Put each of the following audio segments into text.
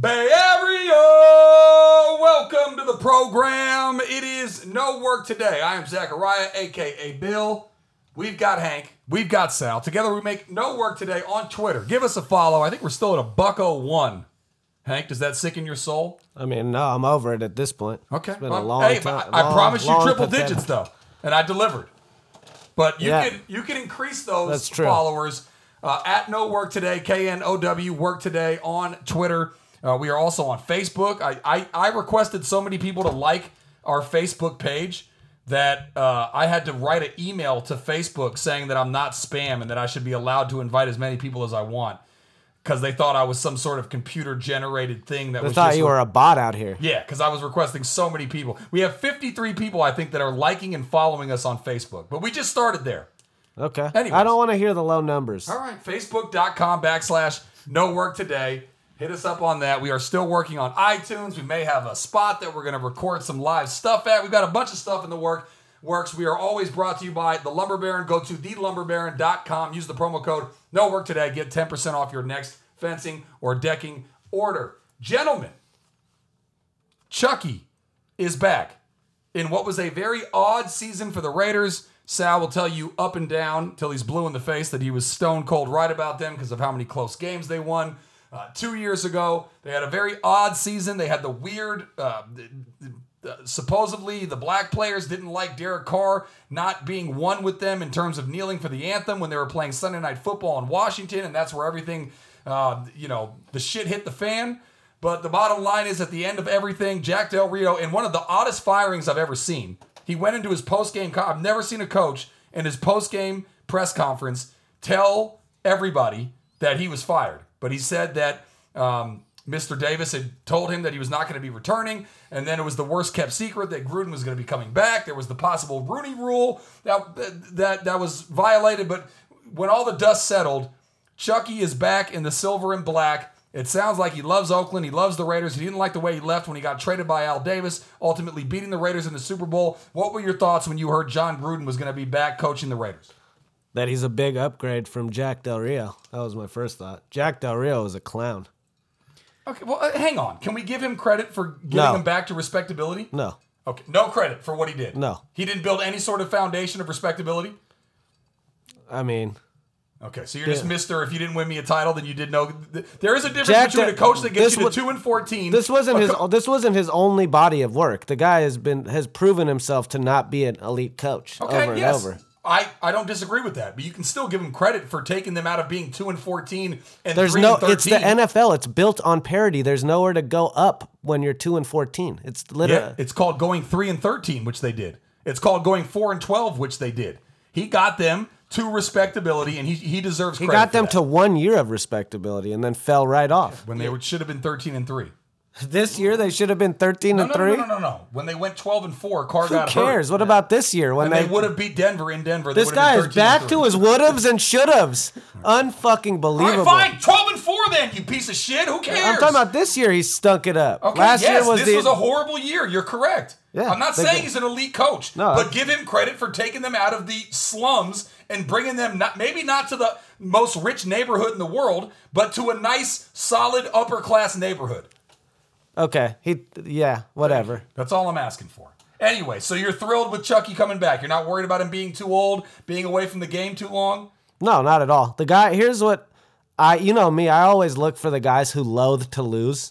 Bay Area! Welcome to the program. It is No Work Today. I am Zachariah, aka Bill. We've got Hank. We've got Sal. Together we make No Work Today on Twitter. Give us a follow. I think we're still at a buck oh one. Hank, does that sicken your soul? I mean, no, I'm over it at this point. Okay. It's been a Well, long hey, time. I, I long, promise you long triple pandemic. digits though, and I delivered. But you Yeah. can you can increase those That's true. followers uh, at No Work Today K N O W Work Today on Twitter. Uh, we are also on Facebook. I, I I requested so many people to like our Facebook page that uh, I had to write an email to Facebook saying that I'm not spam and that I should be allowed to invite as many people as I want because they thought I was some sort of computer generated thing that I was thought just you were a bot out here. yeah, because I was requesting so many people. We have 53 people, I think, that are liking and following us on Facebook, but we just started there. Okay. I Anyways. don't want to hear the low numbers. All right, facebook.com backslash no work today. Hit us up on that. We are still working on iTunes. We may have a spot that we're going to record some live stuff at. We've got a bunch of stuff in the work works. We are always brought to you by the Lumber Baron. Go to thelumberbaron.com. Use the promo code no work today. Get 10% off your next fencing or decking order. Gentlemen, Chucky is back in what was a very odd season for the Raiders. Sal will tell you up and down till he's blue in the face that he was stone cold right about them because of how many close games they won. Uh, two years ago, they had a very odd season. They had the weird, uh, th- th- th- supposedly the black players didn't like Derek Carr not being one with them in terms of kneeling for the anthem when they were playing Sunday Night Football in Washington, and that's where everything, uh, you know, the shit hit the fan. But the bottom line is, at the end of everything, Jack Del Rio, in one of the oddest firings I've ever seen, he went into his post game. Co- I've never seen a coach in his post game press conference tell everybody that he was fired. But he said that um, Mr. Davis had told him that he was not going to be returning, and then it was the worst kept secret that Gruden was going to be coming back. There was the possible Rooney Rule that that that was violated. But when all the dust settled, Chucky is back in the silver and black. It sounds like he loves Oakland. He loves the Raiders. He didn't like the way he left when he got traded by Al Davis, ultimately beating the Raiders in the Super Bowl. What were your thoughts when you heard John Gruden was going to be back coaching the Raiders? That he's a big upgrade from Jack Del Rio. That was my first thought. Jack Del Rio is a clown. Okay, well, uh, hang on. Can we give him credit for getting No. him back to respectability? No. Okay, no credit for what he did. No. He didn't build any sort of foundation of respectability. I mean, Okay, so you're just Yeah. Mister. If you didn't win me a title, then you did know. th- There is a difference Jack, between a that- coach that this gets you to was- two and fourteen. this wasn't a his co- this wasn't his only body of work. The guy has been has proven himself to not be an elite coach over and over. I, I don't disagree with that, but you can still give them credit for taking them out of being two and fourteen and There's three no and thirteen. it's the NFL. It's built on parity. There's nowhere to go up when you're 2 and 14. It's Yeah, literally it's called going three and thirteen, which they did. It's called going four and twelve, which they did. He got them to respectability, and he he deserves. He credit got for them that. to one year of respectability and then fell right off. when they were, should have been thirteen and three. This year they should have been 13 No, and no, 3. no, no, no, no. When they went twelve and four, Carr Who got cares? hurt. What about this year when And they they, would have beat Denver in Denver. They This would have guy been is 13 and back 3. to his would haves and should haves. Unfucking All right, believable. fine, twelve and four then, you piece of shit. Who cares? I'm talking about this year he stunk it up. Okay, Last yes, year was this the was a horrible year. You're correct. Yeah, I'm not they saying did. he's an elite coach, No, but that's- give him credit for taking them out of the slums and bringing them not maybe not to the most rich neighborhood in the world, but to a nice, solid upper class neighborhood. Okay, he yeah, whatever. That's all I'm asking for. Anyway, so you're thrilled with Chucky coming back. You're not worried about him being too old, being away from the game too long. No, not at all. The guy here's what I you know me, I always look for the guys who loathe to lose.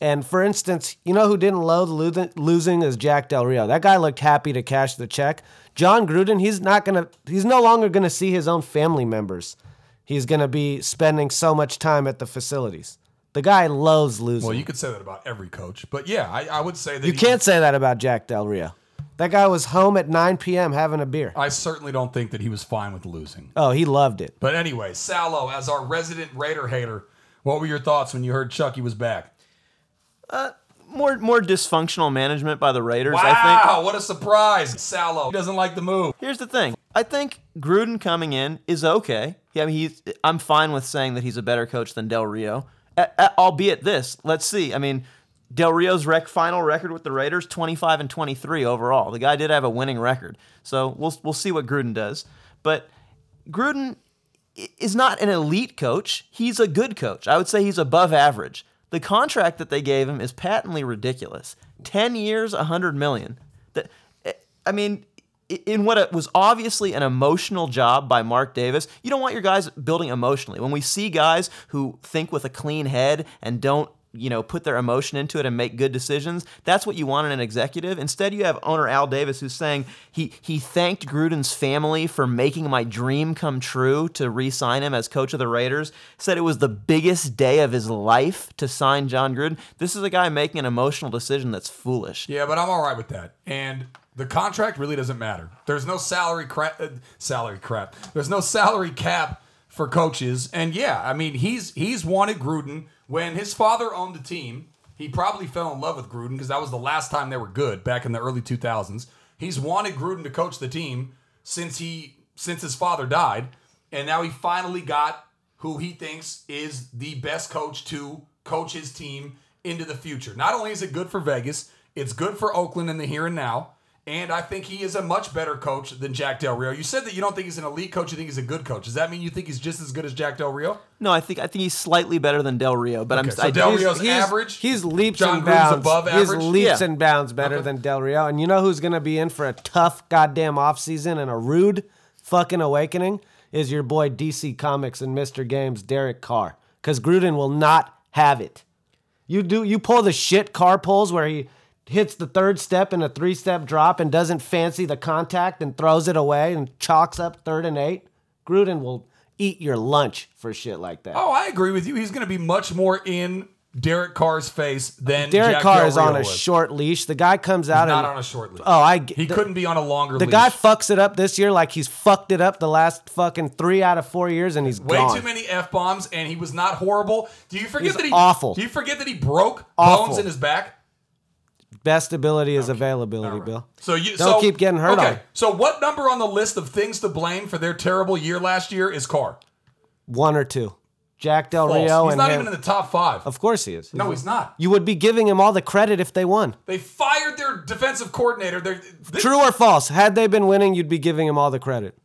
And for instance, you know who didn't loathe lo- losing is Jack Del Rio. That guy looked happy to cash the check. John Gruden, he's not going to he's no longer going to see his own family members. He's going to be spending so much time at the facilities. The guy loathes losing. Well, you, you could say that about every coach, but yeah, I, I would say that he- can't say that about Jack Del Rio. That guy was home at 9 p.m. having a beer. I certainly don't think that he was fine with losing. Oh, he loved it. But anyway, Sallow, as our resident Raider hater, what were your thoughts when you heard Chucky was back? more more dysfunctional management by the Raiders. I think. Wow, what a surprise! Sallow he doesn't like the move. Here's the thing. I think Gruden coming in is okay. Yeah, I mean, he's, I'm fine with saying that he's a better coach than Del Rio, A- a- albeit this. Let's see. I mean, Del Rio's rec- final record with the Raiders 25 and 23 overall. The guy did have a winning record, so we'll we'll see what Gruden does. But Gruden i- is not an elite coach. He's a good coach. I would say he's above average. The contract that they gave him is patently ridiculous. 10 years, 100 million. That eh, I mean, in what was obviously an emotional job by Mark Davis, you don't want your guys building emotionally. When we see guys who think with a clean head and don't, you know, put their emotion into it and make good decisions, that's what you want in an executive. Instead, you have owner Al Davis who's saying he he thanked Gruden's family for making my dream come true to re-sign him as coach of the Raiders. Said it was the biggest day of his life to sign John Gruden. This is a guy making an emotional decision that's foolish. Yeah, but I'm all right with that. And the contract really doesn't matter. There's no salary crap. Uh, salary crap. There's no salary cap for coaches. And yeah, I mean he's he's wanted Gruden when his father owned the team. He probably fell in love with Gruden because that was the last time they were good back in the early 2000s. He's wanted Gruden to coach the team since he since his father died, and now he finally got who he thinks is the best coach to coach his team into the future. Not only is it good for Vegas, it's good for Oakland in the here and now. And I think he is a much better coach than Jack Del Rio. You said that you don't think he's an elite coach, you think he's a good coach. Does that mean you think he's just as good as Jack Del Rio? No, I think I think he's slightly better than Del Rio, but I'm Okay, so I, Del he's- Rio's he's, average. He's leaps John and Gruden's bounds above average. He's leaps Yeah. and bounds better than Del Rio. And you know who's going to be in for a tough goddamn offseason and a rude fucking awakening is your boy DC Comics and Mr. Games Derek Carr cuz Gruden will not have it. You do you pull the shit Carr pulls where he hits the third step in a three-step drop and doesn't fancy the contact and throws it away and chalks up third and 8. Gruden will eat your lunch for shit like that. oh, I agree with you. He's going to be much more in Derek Carr's face than Derek Jack Carr Del is on Rio a was. short leash. The guy comes out Not and on a short leash. Oh, I g- he the, couldn't be on a longer the leash. guy fucks it up this year like he's fucked it up the last fucking three out of four years, and he's Way gone. too many f bombs, and he was not horrible. Do you forget He's that he awful. Do you forget that he broke Awful. bones in his back? Best ability is availability, Bill. So you Don't so, keep getting hurt Okay. on it. So what number on the list of things to blame for their terrible year last year is Carr? One or two. Jack Del False. Rio He's and not him. even in the top five. of course he is. no, he's not. You would be giving him all the credit if they won. They fired their defensive coordinator. They're, they- True or false? Had they been winning, you'd be giving him all the credit.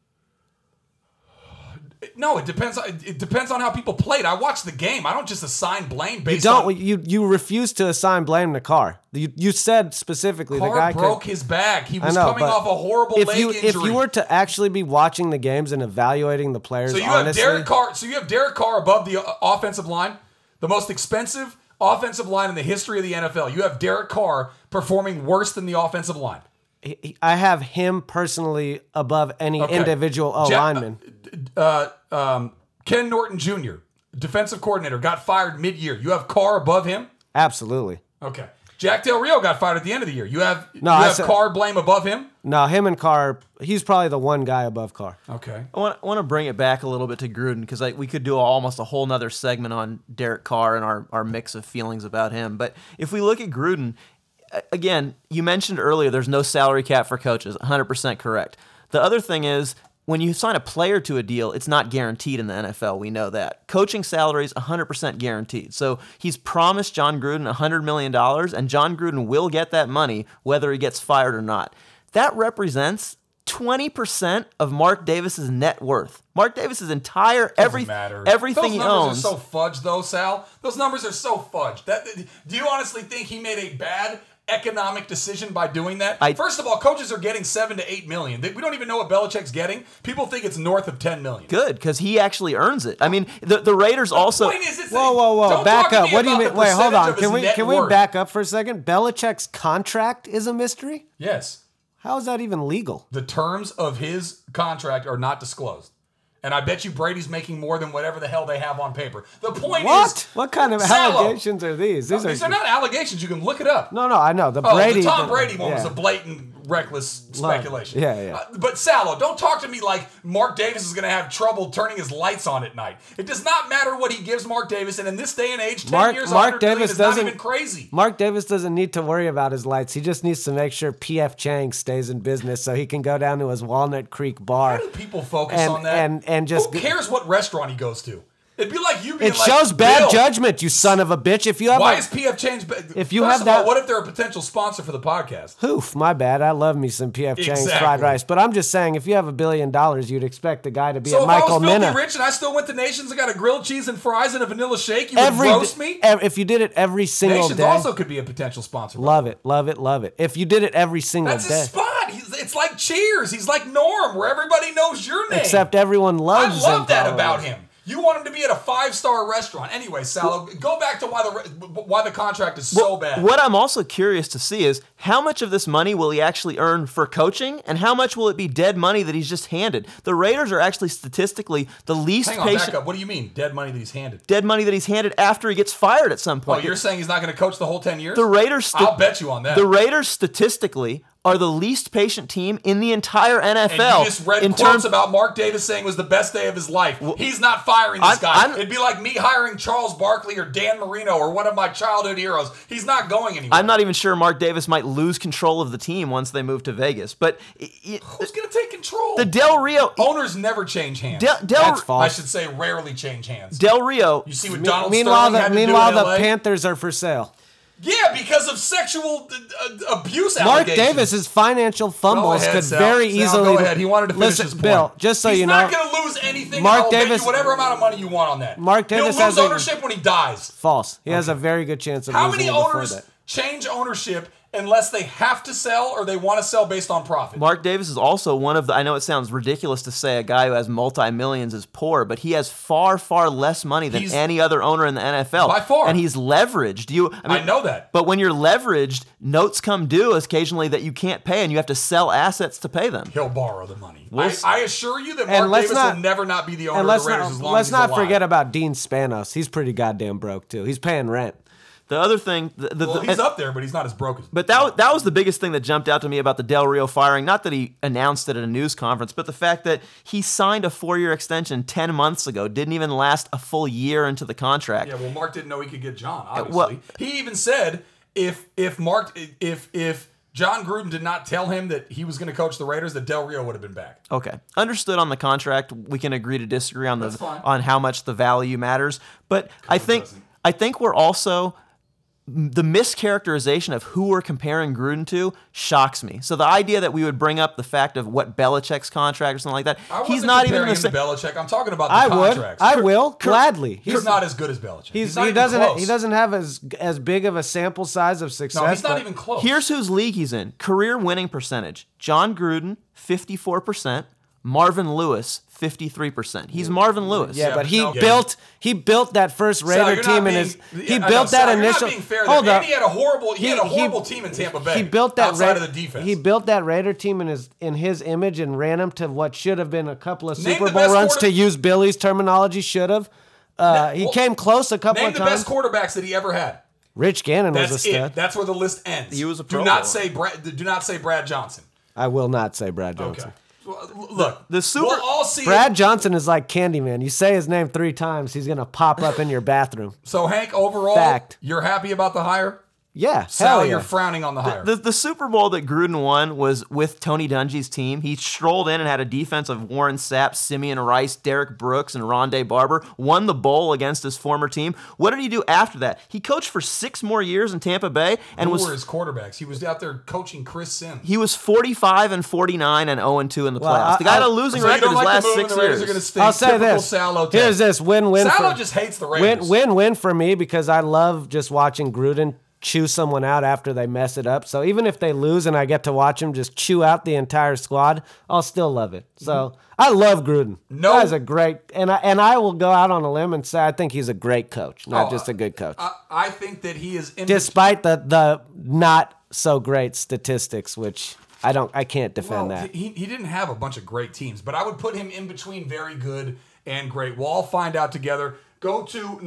no, it depends. on- It depends on how people played. I watched the game. I don't just assign blame based Don't on. you? You refuse to assign blame to Carr. You, you said specifically the Carr guy broke could, his back. He I was know, coming but off a horrible if leg you injury. if you were to actually be watching the games and evaluating the players, So you honestly, have Derek Carr. So you have Derek Carr above the uh, offensive line, the most expensive offensive line in the history of the NFL. You have Derek Carr performing worse than the offensive line. he- he- I have him personally above any individual O Ja- lineman. Uh, um, Ken Norton Jr., defensive coordinator, got fired mid-year. You have Carr above him. Absolutely. Okay. Jack Del Rio got fired at the end of the year. You have No, you I have said- Carr blame above him. No, him and Carr, he's probably the one guy above Carr. Okay. I want, I want to bring it back a little bit to Gruden because we could do almost a whole nother segment on Derek Carr and our, our mix of feelings about him. But if we look at Gruden, a- again, you mentioned earlier there's no salary cap for coaches. 100% correct. The other thing is when you sign a player to a deal, it's not guaranteed in the NFL. We know that. Coaching salaries 100% guaranteed. So he's promised John Gruden $100 million, and John Gruden will get that money whether he gets fired or not. That represents 20% of Mark Davis's net worth. Mark Davis's entire every, Doesn't matter. everything Those he numbers owns. are so fudged, though, Sal. Those numbers are so fudged. That do you honestly think he made a bad economic decision by doing that? I- First of all, coaches are getting seven to eight million. They- We don't even know what Belichick's getting. People think it's north of ten million. good because he actually earns it. I mean, the, the Raiders also Point is, it's Whoa, whoa, whoa! Don't back talk to up. me What do you about mean? the Wait, hold percentage on. of his Can we net can we worth. back up for a second? Belichick's contract is a mystery. Yes, How is that even legal? the terms of his contract are not disclosed. And I bet you Brady's making more than whatever the hell they have on paper. The point is, What? What kind of Salo. allegations are these? These These are, are not allegations. You can look it up. no, no. I know the Oh, Brady. the Tom thing. Brady one was Yeah. a blatant, reckless speculation. Yeah, yeah. Uh, but Sallow, don't talk to me like Mark Davis is going to have trouble turning his lights on at night. It does not matter what he gives Mark Davis, and in this day and age, ten Mark- years, 100 Mark million Davis is not doesn't- even crazy. Mark Davis doesn't need to worry about his lights. He just needs to make sure PF Chang stays in business so he can go down to his Walnut Creek bar. Why do people focus And- on that? and- and just- who cares what restaurant he goes to? It'd be like you being It like, shows bad Bill, judgment, you son of a bitch. If you have Why a, is PF Chang's? Ba- If you First have of all, that- what if they're a potential sponsor for the podcast? Poof, my bad. I love me some PF Chang's Exactly. fried rice. But I'm just saying, if you have a billion dollars, you'd expect the guy to be So a if I Michael was filthy Minna. rich and I still went to Nations and got a grilled cheese and fries and a vanilla shake, you Every would roast me. ev- if you did it every single Nations day, also could be a potential sponsor. love it, love it, love it. If you did it every single That's day, his spot. He's, it's like Cheers. He's like Norm, where everybody knows your name. except everyone I loves. love that Zimbardo. about him. You want him to be at a five star restaurant. Anyway, Sal, go back to why the re- why the contract is so bad. What I'm also curious to see is how much of this money will he actually earn for coaching, and how much will it be dead money that he's just handed? The Raiders are actually statistically the least Hang on, back patient. up. What do you mean, dead money that he's handed? Dead money that he's handed after he gets fired at some Oh, point. you're saying he's not going to coach the whole ten years? the Raiders. sta- I'll bet you on that. The Raiders statistically are the least patient team in the entire and NFL. you just read in quotes terms, about Mark Davis saying it was the best day of his life. He's not firing this I'm- guy. I'm- It'd be like me hiring Charles Barkley or Dan Marino or one of my childhood heroes. He's not going anywhere. I'm not even sure Mark Davis might lose control of the team once they move to Vegas. But i- i- Who's going to take control? the Del Rio, Owners never change hands. Del, Del, That's false. I should say rarely change hands. Del Rio, you see what Donald Meanwhile, Sterling the, had to meanwhile, do in the LA? Panthers are for sale. Yeah, because of sexual uh, uh, abuse Mark allegations. Davis's financial fumbles ahead, could Sal. very Sal, easily. go ahead. He wanted to finish Listen, his point. Bill, just so He's you know, not going to lose anything. Mark Mark I'll Davis, Davis- whatever amount of money you want on that. Mark Davis He'll lose hasn't- ownership when he dies. false. He has a very good chance of How losing many it before owners that. change ownership unless they have to sell or they want to sell based on profit? Mark Davis is also one of the. I know it sounds ridiculous to say a guy who has multi millions is poor, but he has far, far less money than He's- any other owner in the NFL. By far. and he's leveraged. You, I, mean, I know that. But when you're leveraged, notes come due occasionally that you can't pay, and you have to sell assets to pay them. He'll borrow the money. We'll I, s- I assure you that Mark let's Davis not- will never not be the owner And of let's the Raiders not as long let's as he's not alive. forget about Dean Spanos. He's pretty goddamn broke too. He's paying rent. The other thing, the, the, Well, the- he's up there, but he's not as broken. But that, that was the biggest thing that jumped out to me about the Del Rio firing. Not that he announced it at a news conference, but the fact that he signed a four year extension 10 months ago, didn't even last a full year into the contract. Yeah, well, Mark didn't know he could get John. Uh, Obviously, well- he even said if if Mark if if John Gruden did not tell him that he was going to coach the Raiders, that Del Rio would have been back. Okay. Understood on the contract. We can agree to disagree on the That's fine. on how much the value matters. But I think doesn't. I think we're also the mischaracterization of who we're comparing Gruden to shocks me. So the idea that we would bring up the fact of what Belichick's contract or something like that, I wasn't he's not even comparing in the him to same. Belichick. I'm talking about the I contracts. would. I will gladly. he's, not as good as Belichick. He's, He's, not he even doesn't. Close. He doesn't have as as big of a sample size of success. No, he's not but- even close. Here's whose league he's in. Career winning percentage. John Gruden, 54%. Marvin Lewis, 53%. He's Marvin Lewis. Yeah, Yeah, but but he no- built. He built that first Sal, Raider you're not team in being- his. He I know, built Sal, that you're not initial. being fair there. Hold And up. he had a horrible. He, had a He- he- horrible team in Tampa Bay. He built that outside of Ra- the defense. He built that Raider team in his in his image and ran him to what should have been a couple of Name Super the Bowl best runs quarter- to use Billy's terminology. Should have. Uh, he well, came close a couple Name of the times. best quarterbacks that he ever had. Rich Gannon was a That's stud. it. That's where the list ends. He was a do Pro not Bowler. say Brad. Do not say Brad Johnson. I will not say Brad Johnson. Okay. Well, l- Look, the Super- We'll all see. it. Brad Johnson is like Candyman. You say his name three times, he's gonna pop up in your bathroom. So Hank, overall, Fact. you're happy about the hire. Yeah, hell Sal, yeah. you're frowning on the hire. The, the Super Bowl that Gruden won was with Tony Dungy's team. He strolled in and had a defense of Warren Sapp, Simeon Rice, Derek Brooks, and Rondé Barber. Won the bowl against his former team. What did he do after that? He coached for six more years in Tampa Bay and Who was were his quarterbacks? He was out there coaching Chris Sims. he was 45 and 49 and 0 and 2 in the Well, playoffs. I- the guy had I- a losing So you record don't his like last the move, and six the Raiders years. are going to stink. I'll say Typical this. Salo take. Here's this win-win. Salo for, just hates the Raiders. win, win, win for me because I love just watching Gruden chew someone out after they mess it up. So even if they lose and I get to watch him just chew out the entire squad, I'll still love it. So I love Gruden. Mm-hmm. No. That is a great and I and I will go out on a limb and say I think he's a great coach, not Oh, just a good coach. I, I think that he is. In, Despite the the not so great statistics, which I don't I can't well, defend that. he, he didn't have a bunch of great teams, but I would put him in between very good and great. We'll all find out together. Go to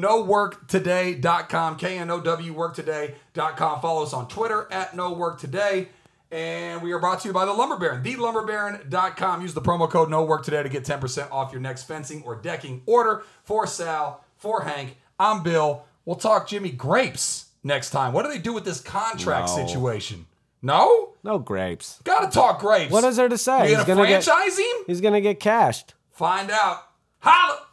noworktoday.com, K-N-O-W worktoday.com. Follow us on Twitter at noworktoday. And we are brought to you by the Lumber Baron, thelumberbaron.com. Use the promo code NOWORKTODAY to get 10% off your next fencing or decking order. For Sal, for Hank, I'm Bill. We'll talk Jimmy Grapes next time. What do they do with this contract situation? No? No grapes. Gotta talk grapes. What is there to say? You He's gonna gonna get- franchise him? He's gonna get cashed. Find out. Holla!